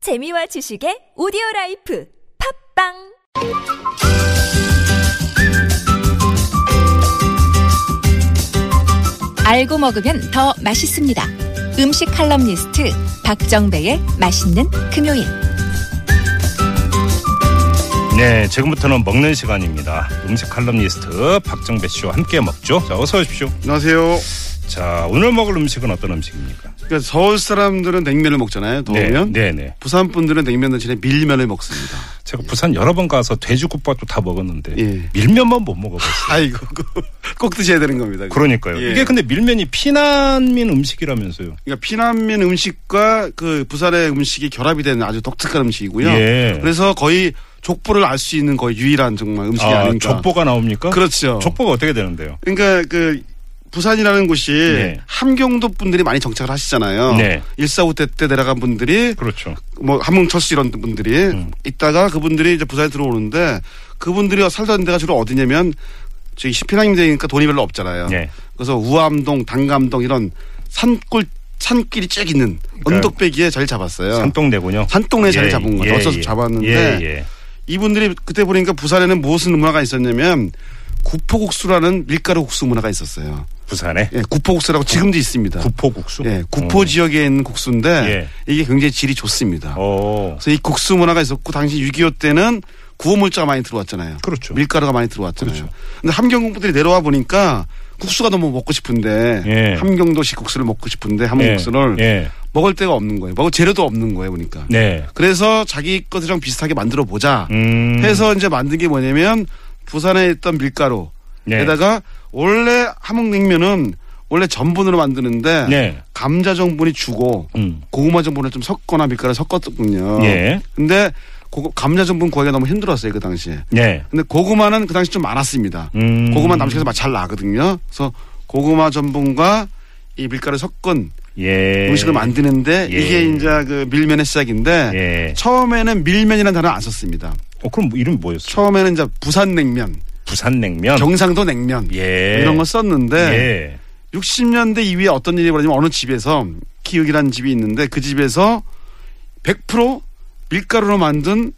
재미와 지식의 오디오 라이프 팝빵 알고 먹으면 더 맛있습니다. 음식 칼럼니스트 박정배의 맛있는 금요일. 네, 지금부터는 먹는 시간입니다. 음식 칼럼니스트 박정배 씨와 함께 먹죠. 자, 어서 오십시오. 안녕하세요. 자, 오늘 먹을 음식은 어떤 음식입니까? 그러니까 서울 사람들은 냉면을 먹잖아요. 더우면. 네, 네, 네. 부산 분들은 냉면 대신에 밀면을 먹습니다. 제가 부산 여러 번 가서 돼지국밥도 다 먹었는데 예. 밀면만 못 먹어봤어요. 아이고 그거 꼭 드셔야 되는 겁니다. 그러니까요. 예. 이게 근데 밀면이 피난민 음식이라면서요. 그러니까 피난민 음식과 그 부산의 음식이 결합이 된 아주 독특한 음식이고요. 예. 그래서 거의 족보를 알 수 있는 거의 유일한 정말 음식이 아, 닌가 족보가 나옵니까? 그렇죠. 족보가 어떻게 되는데요? 그러니까 그 부산이라는 곳이 네. 함경도 분들이 많이 정착을 하시잖아요. 네. 일사후 때때 내려간 분들이 그렇죠. 뭐 함흥철수 이런 분들이 음. 있다가 그분들이 이제 부산에 들어오는데 그분들이 살던 데가 주로 어디냐면 저희 시피낭이 되니까 돈이 별로 없잖아요. 네. 그래서 우암동, 당감동 이런 산골 산길이 쭉 있는 언덕배기에 자리 잡았어요. 산동네군요. 산동네에 자리 잡은 거죠. 어쩔 수 없이 잡았는데 예, 예. 이분들이 그때 보니까 부산에는 무슨 문화가 있었냐면 구포국수라는 밀가루 국수 문화가 있었어요. 부산에 예, 구포국수라고 지금도 있습니다. 어. 구포국수. 어. 예, 구포 지역에 있는 국수인데 예. 이게 굉장히 질이 좋습니다. 어. 그래서 이 국수 문화가 있었고 당시 6.25 때는 구호물자가 많이 들어왔잖아요. 그렇죠. 밀가루가 많이 들어왔잖아요. 근데 함경군들이 내려와 보니까 국수가 너무 먹고 싶은데 예. 함경도식 국수를 먹고 싶은데 함흥국수를 예. 먹을 데가 없는 거예요. 먹을 재료도 없는 거예요, 보니까. 네. 그래서 자기 것이랑 비슷하게 만들어 보자 음. 해서 이제 만든 게 뭐냐면 부산에 있던 밀가루 네. 에다가 원래 함흥냉면은 원래 전분으로 만드는데 네. 감자 전분이 주고 음. 고구마 전분을 좀 섞거나 밀가루 섞었거든요. 예. 근데 고- 감자 전분 구하기가 너무 힘들었어요 그 당시에. 네. 근데 고구마는 그 당시 좀 많았습니다. 음. 고구마 남식에서 잘 나거든요. 그래서 고구마 전분과 이 밀가루 섞은 예. 음식을 만드는데 예. 이게 이제 그 밀면의 시작인데 예. 처음에는 밀면이라는 단어 안 썼습니다. 어, 그럼 이름이 뭐였어? 요 처음에는 이제 부산냉면, 부산냉면. 경상도 냉면 음. 예. 이런 거 썼는데 예. 60년대 이후에 어떤 일이 벌어지면 어느 집에서 기육이라는 집이 있는데 그 집에서 100% 밀가루로 만든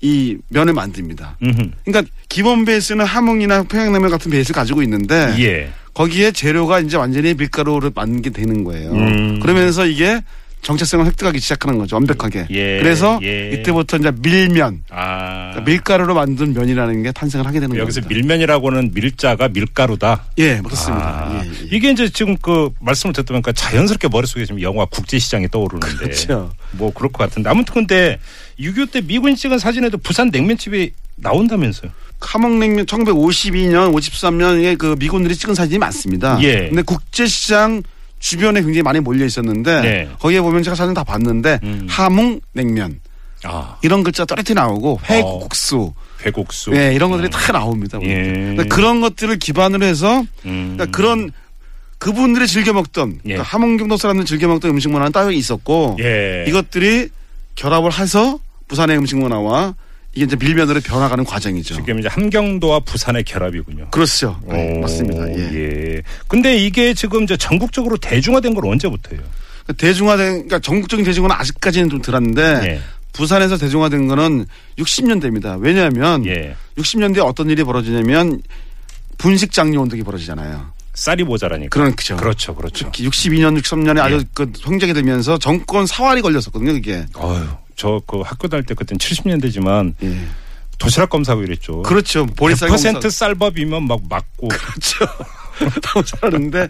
이 면을 만듭니다. 음흠. 그러니까 기본 베이스는 함흥이나 평양냉면 같은 베이스를 가지고 있는데 예. 거기에 재료가 이제 완전히 밀가루로 만든 게 되는 거예요. 음. 그러면서 이게 정체성을 획득하기 시작하는 거죠. 완벽하게. 예, 그래서 예. 이때부터 이제 밀면, 아. 그러니까 밀가루로 만든 면이라는 게 탄생을 하게 되는 여기서 겁니다. 밀면이라고는 밀자가 밀가루다. 예, 그렇습니다. 아, 예, 예. 이게 이제 지금 그 말씀을 듣다 보니까 자연스럽게 머릿속에 지금 영화 국제시장이 떠오르는데. 그렇죠. 뭐 그럴 것 같은데. 아무튼 근데 6.25 때 미군 찍은 사진에도 부산 냉면집이 나온다면서요. 함흥냉면 1952년, 53년에 그 미군들이 찍은 사진이 많습니다. 예. 근데 국제시장 주변에 굉장히 많이 몰려 있었는데 네. 거기에 보면 제가 사진 다 봤는데 음. 함흥냉면 아. 이런 글자 또렷이 나오고 어. 회국수 회국수. 네, 이런 것들이 다 나옵니다. 예. 그러니까 그런 것들을 기반으로 해서 음. 그러니까 그런 그분들이 즐겨 먹던 예. 그러니까 함흥경도 사람들이 즐겨 먹던 음식 문화는 따로 있었고 예. 이것들이 결합을 해서 부산의 음식 문화와 이게 이제 밀면으로 변화가는 과정이죠. 지금 이제 함경도와 부산의 결합이군요. 그렇죠. 네, 오, 맞습니다. 예. 예. 근데 이게 지금 이제 전국적으로 대중화된 건 언제부터예요? 그러니까 대중화된 그러니까 전국적인 대중화는 아직까지는 좀 덜한데 예. 부산에서 대중화된 거는 60년대입니다. 왜냐하면 예. 60년대 에 어떤 일이 벌어지냐면 분식 장려 운동이 벌어지잖아요. 쌀이 모자라니까. 그렇죠. 그렇죠. 예. 그렇죠. 특히 62년, 63년에 아주 그 성적이 되면서 정권 사활이 걸렸었거든요, 그게. 어휴. 저 그 학교 다닐 때 그땐 70년대지만 도시락 검사하고 이랬죠. 그렇죠. 보리쌀 100% 쌀밥이면 막 맞고 그렇죠. 너무 잘하는데.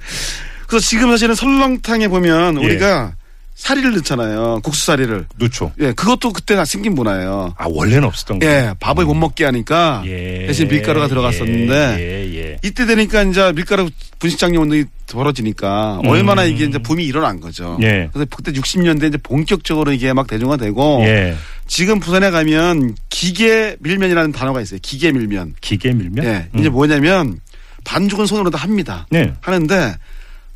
그래서 지금 사실은 설렁탕에 보면 예. 우리가 사리를 넣잖아요. 국수 사리를. 누초. 예, 그것도 그때 다 생긴 문화예요. 아 원래는 없었던 거. 예, 밥을 못 먹게 하니까 대신 밀가루가 들어갔었는데 예. 예. 이때 되니까 이제 밀가루 분식장려 운동이 벌어지니까 얼마나 이게 이제 붐이 일어난 거죠. 음. 예. 그래서 그때 60년대 이제 본격적으로 이게 막 대중화되고 예. 지금 부산에 가면 기계 밀면이라는 단어가 있어요. 기계 밀면. 기계 밀면. 예. 음. 이제 뭐냐면 반죽은 손으로 다 합니다. 네. 하는데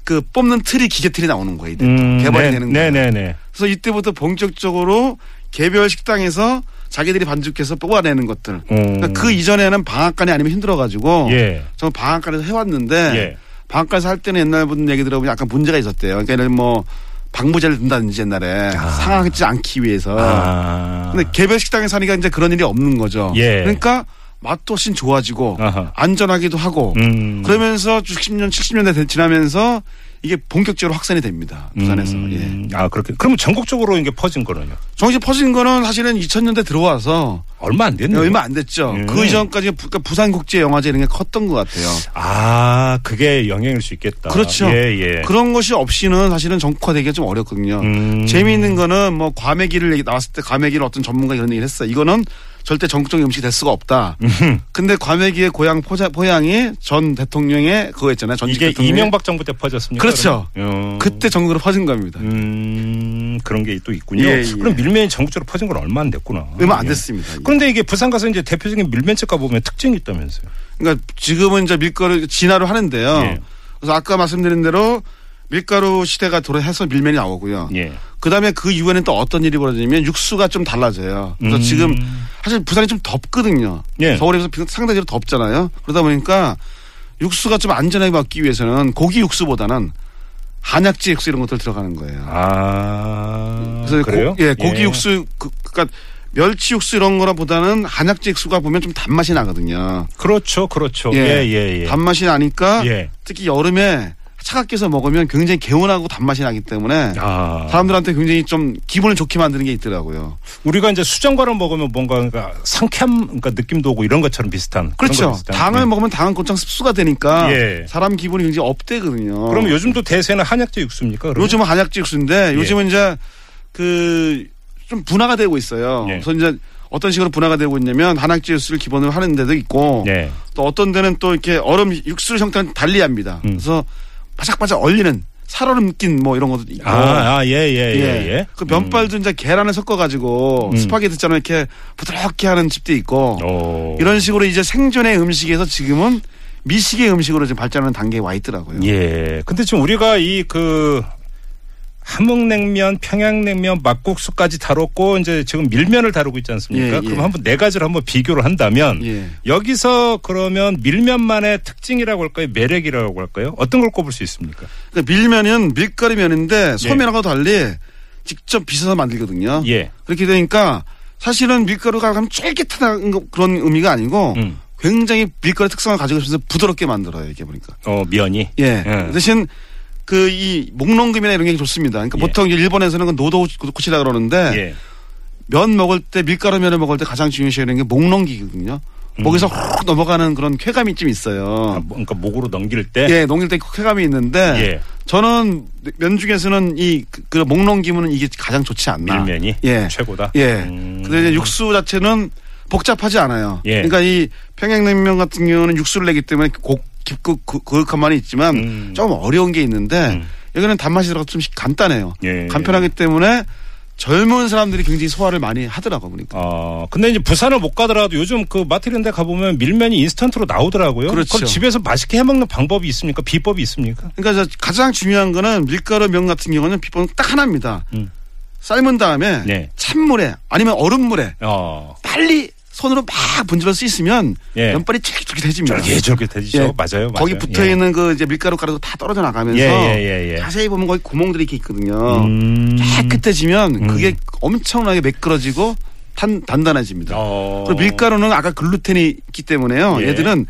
그 뽑는 틀이 기계 틀이 나오는 거예요. 이제 음, 개발이 네, 되는 거예요. 네네네. 그래서 이때부터 본격적으로 개별 식당에서 자기들이 반죽해서 뽑아내는 것들. 그러니까 그 이전에는 방앗간이 아니면 힘들어가지고 예. 저는 방앗간에서 해왔는데 예. 방앗간에서 할 때는 옛날 분 얘기 들어보면 약간 문제가 있었대요. 그러니까 예를 들면 뭐 방부제를 든다든지 옛날에 상하지 않기 위해서. 아. 근데 개별 식당에 사니까 이제 그런 일이 없는 거죠. 예. 그러니까 맛도 훨씬 좋아지고 아하. 안전하기도 하고 음. 그러면서 60년, 70년대 지나면서 이게 본격적으로 확산이 됩니다. 부산에서. 예. 음. 아 그렇게. 그러면 전국적으로 이게 퍼진 거는요? 정식 퍼진 거는 사실은 2000년대 들어와서 얼마 안 됐네요. 얼마 안 됐죠. 예. 그 이전까지 부- 그러니까 부산국제영화제 이런 게 컸던 것 같아요. 아 그게 영향일 수 있겠다. 그렇죠. 예 예. 그런 것이 없이는 사실은 전국화되기가 좀 어렵거든요. 음. 재미있는 거는 뭐 과메기를 얘기- 나왔을 때 과메기를 어떤 전문가 이런 얘기를 했어요. 이거는 절대 전국적인 음식이 될 수가 없다. 근데 과메기의 고향 포자, 포양이 전 대통령의 그거 있잖아요. 전직 이게 대통령의 이명박 정부 때 퍼졌습니까? 그렇죠. 그러면? 어. 그때 전국으로 퍼진 겁니다. 음, 그런 게 또 있군요. 예, 예. 그럼 밀면이 전국적으로 퍼진 건 얼마 안 됐구나. 얼마 안 예. 됐습니다. 그런데 이게 부산 가서 이제 대표적인 밀면집 가보면 특징이 있다면서요. 그러니까 지금은 이제 밀가루 진화를 하는데요. 예. 그래서 아까 말씀드린 대로 밀가루 시대가 도래해서 밀면이 나오고요. 예. 그다음에 그 이후에는 또 어떤 일이 벌어지냐면 육수가 좀 달라져요. 그래서 음. 지금 사실 부산이 좀 덥거든요. 예. 서울에 비해서 상당히 덥잖아요. 그러다 보니까 육수가 좀 안전하게 먹기 위해서는 고기 육수보다는 한약재 육수 이런 것들 들어가는 거예요. 아. 고- 그래요? 예, 고기 육수 그, 그러니까 멸치 육수 이런 거보다는 한약재 육수가 보면 좀 단맛이 나거든요. 그렇죠, 그렇죠. 예, 예. 예, 예. 단맛이 나니까 예. 특히 여름에 차갑게 해서 먹으면 굉장히 개운하고 단맛이 나기 때문에 아. 사람들한테 굉장히 좀 기분을 좋게 만드는 게 있더라고요. 우리가 이제 수정과를 먹으면 뭔가 그러니까 상쾌함, 그러니까 느낌도 오고 이런 것처럼 비슷한. 그런 거 그렇죠. 비슷한. 당을 예. 먹으면 당은 곧장 습수가 되니까 예. 사람 기분이 굉장히 업되거든요. 그럼 요즘도 예. 대세는 한약재 육수입니까? 그러면? 요즘은 한약재 육수인데 요즘은 이제 그 좀 분화가 되고 있어요. 예. 그래서 이제 어떤 식으로 분화가 되고 있냐면 한약재 육수를 기본으로 하는 데도 있고 예. 또 어떤 데는 또 이렇게 얼음 육수 형태는 달리 합니다. 음. 그래서 바삭바삭 얼리는 살얼음 낀 뭐 이런 것도 있고 아, 아, 예, 예, 예, 예. 음. 그 면발도 이제 계란을 섞어가지고 스파게티처럼 이렇게 부드럽게 하는 집도 어, 있고 오. 이런 식으로 이제 생존의 음식에서 지금은 미식의 음식으로 지금 발전하는 단계에 와 있더라고요. 예. 근데 지금 우리가 이 그 함흥냉면, 평양냉면, 막국수까지 다뤘고 이제 지금 밀면을 다루고 있지 않습니까? 예, 예. 그럼 한번 네 가지를 한번 비교를 한다면 예. 여기서 그러면 밀면만의 특징이라고 할까요? 매력이라고 할까요? 어떤 걸 꼽을 수 있습니까? 그러니까 밀면은 밀가루 면인데 소면하고 달리 직접 빚어서 만들거든요. 예. 그렇게 되니까 사실은 밀가루가 그럼 쫄깃한 거- 그런 의미가 아니고 음. 굉장히 밀가루 특성을 가지고 있어서 부드럽게 만들어요. 이게 보니까. 어, 면이. 예. 대신 그 이 목농금이나 이런 게 좋습니다. 그러니까 예. 보통 이제 일본에서는 그 노도코치라 그러는데 예. 면 먹을 때 밀가루 면을 먹을 때 가장 중요시하는 게 목농기거든요. 음. 목에서 확 넘어가는 그런 쾌감이 좀 아, 있어요. 뭐, 그러니까 목으로 넘길 때 예, 농일 때 쾌감이 있는데 예. 저는 면 중에서는 이그 그 목농기면은 이게 가장 좋지 않나. 밀면이 예. 최고다. 예. 음. 근데 이제 육수 자체는 복잡하지 않아요. 예. 그러니까 이 평양냉면 같은 경우는 육수를 내기 때문에 고, 깊고 그, 고- 고육한 면이 있지만 음. 좀 어려운 게 있는데 음. 여기는 단맛이 들어가 좀 간단해요. 예. 간편하기 때문에 젊은 사람들이 굉장히 소화를 많이 하더라고 보니까. 어, 근데 이제 부산을 못 가더라도 요즘 그 마트 이런 데 가보면 밀면이 인스턴트로 나오더라고요. 그렇죠. 럼 집에서 맛있게 해먹는 방법이 있습니까? 비법이 있습니까? 그러니까 저 가장 중요한 거는 밀가루 면 같은 경우는 비법은 딱 하나입니다. 음. 삶은 다음에 네. 찬물에 아니면 얼음물에 어, 빨리 손으로 막 분질러 씻으면 예. 면발이 쫄깃쫄깃해집니다. 쫄깃쫄깃해지죠. 맞아요, 맞아요. 음. 예, 거기 붙어 예. 있는 그 이제 밀가루 가루도 다 떨어져 나가면서 예, 예, 예, 예. 자세히 보면 거기 구멍들이 이렇게 있거든요. 음. 깨끗해지면 그게 엄청나게 매끄러지고 탄, 단단해집니다. 어. 그리고 밀가루는 아까 글루텐이 있기 때문에요. 예. 얘들은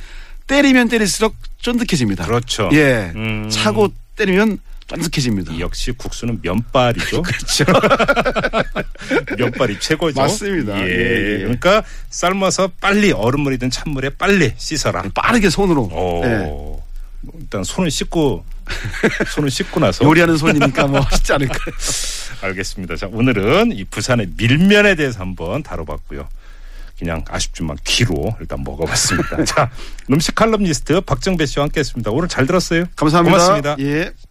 때리면 때릴수록 쫀득해집니다. 그렇죠. 예. 음. 차고 때리면 쫀득해집니다. 역시 국수는 면발이죠. 그렇죠. 면발이 최고죠. 맞습니다. 예. 예, 예. 그러니까 삶아서 빨리 얼음물이든 찬물에 빨리 씻어라. 빠르게 손으로 오. 뭐 예. 일단 손을 씻고 손을 씻고 나서 요리하는 손이니까 뭐 쉽지 않을까. 알겠습니다. 자, 오늘은 이 부산의 밀면에 대해서 한번 다뤄봤고요. 그냥 아쉽지만 귀로 일단 먹어봤습니다. 자, 음식 칼럼니스트 박정배 씨와 함께했습니다. 오늘 잘 들었어요. 감사합니다. 고맙습니다. 예.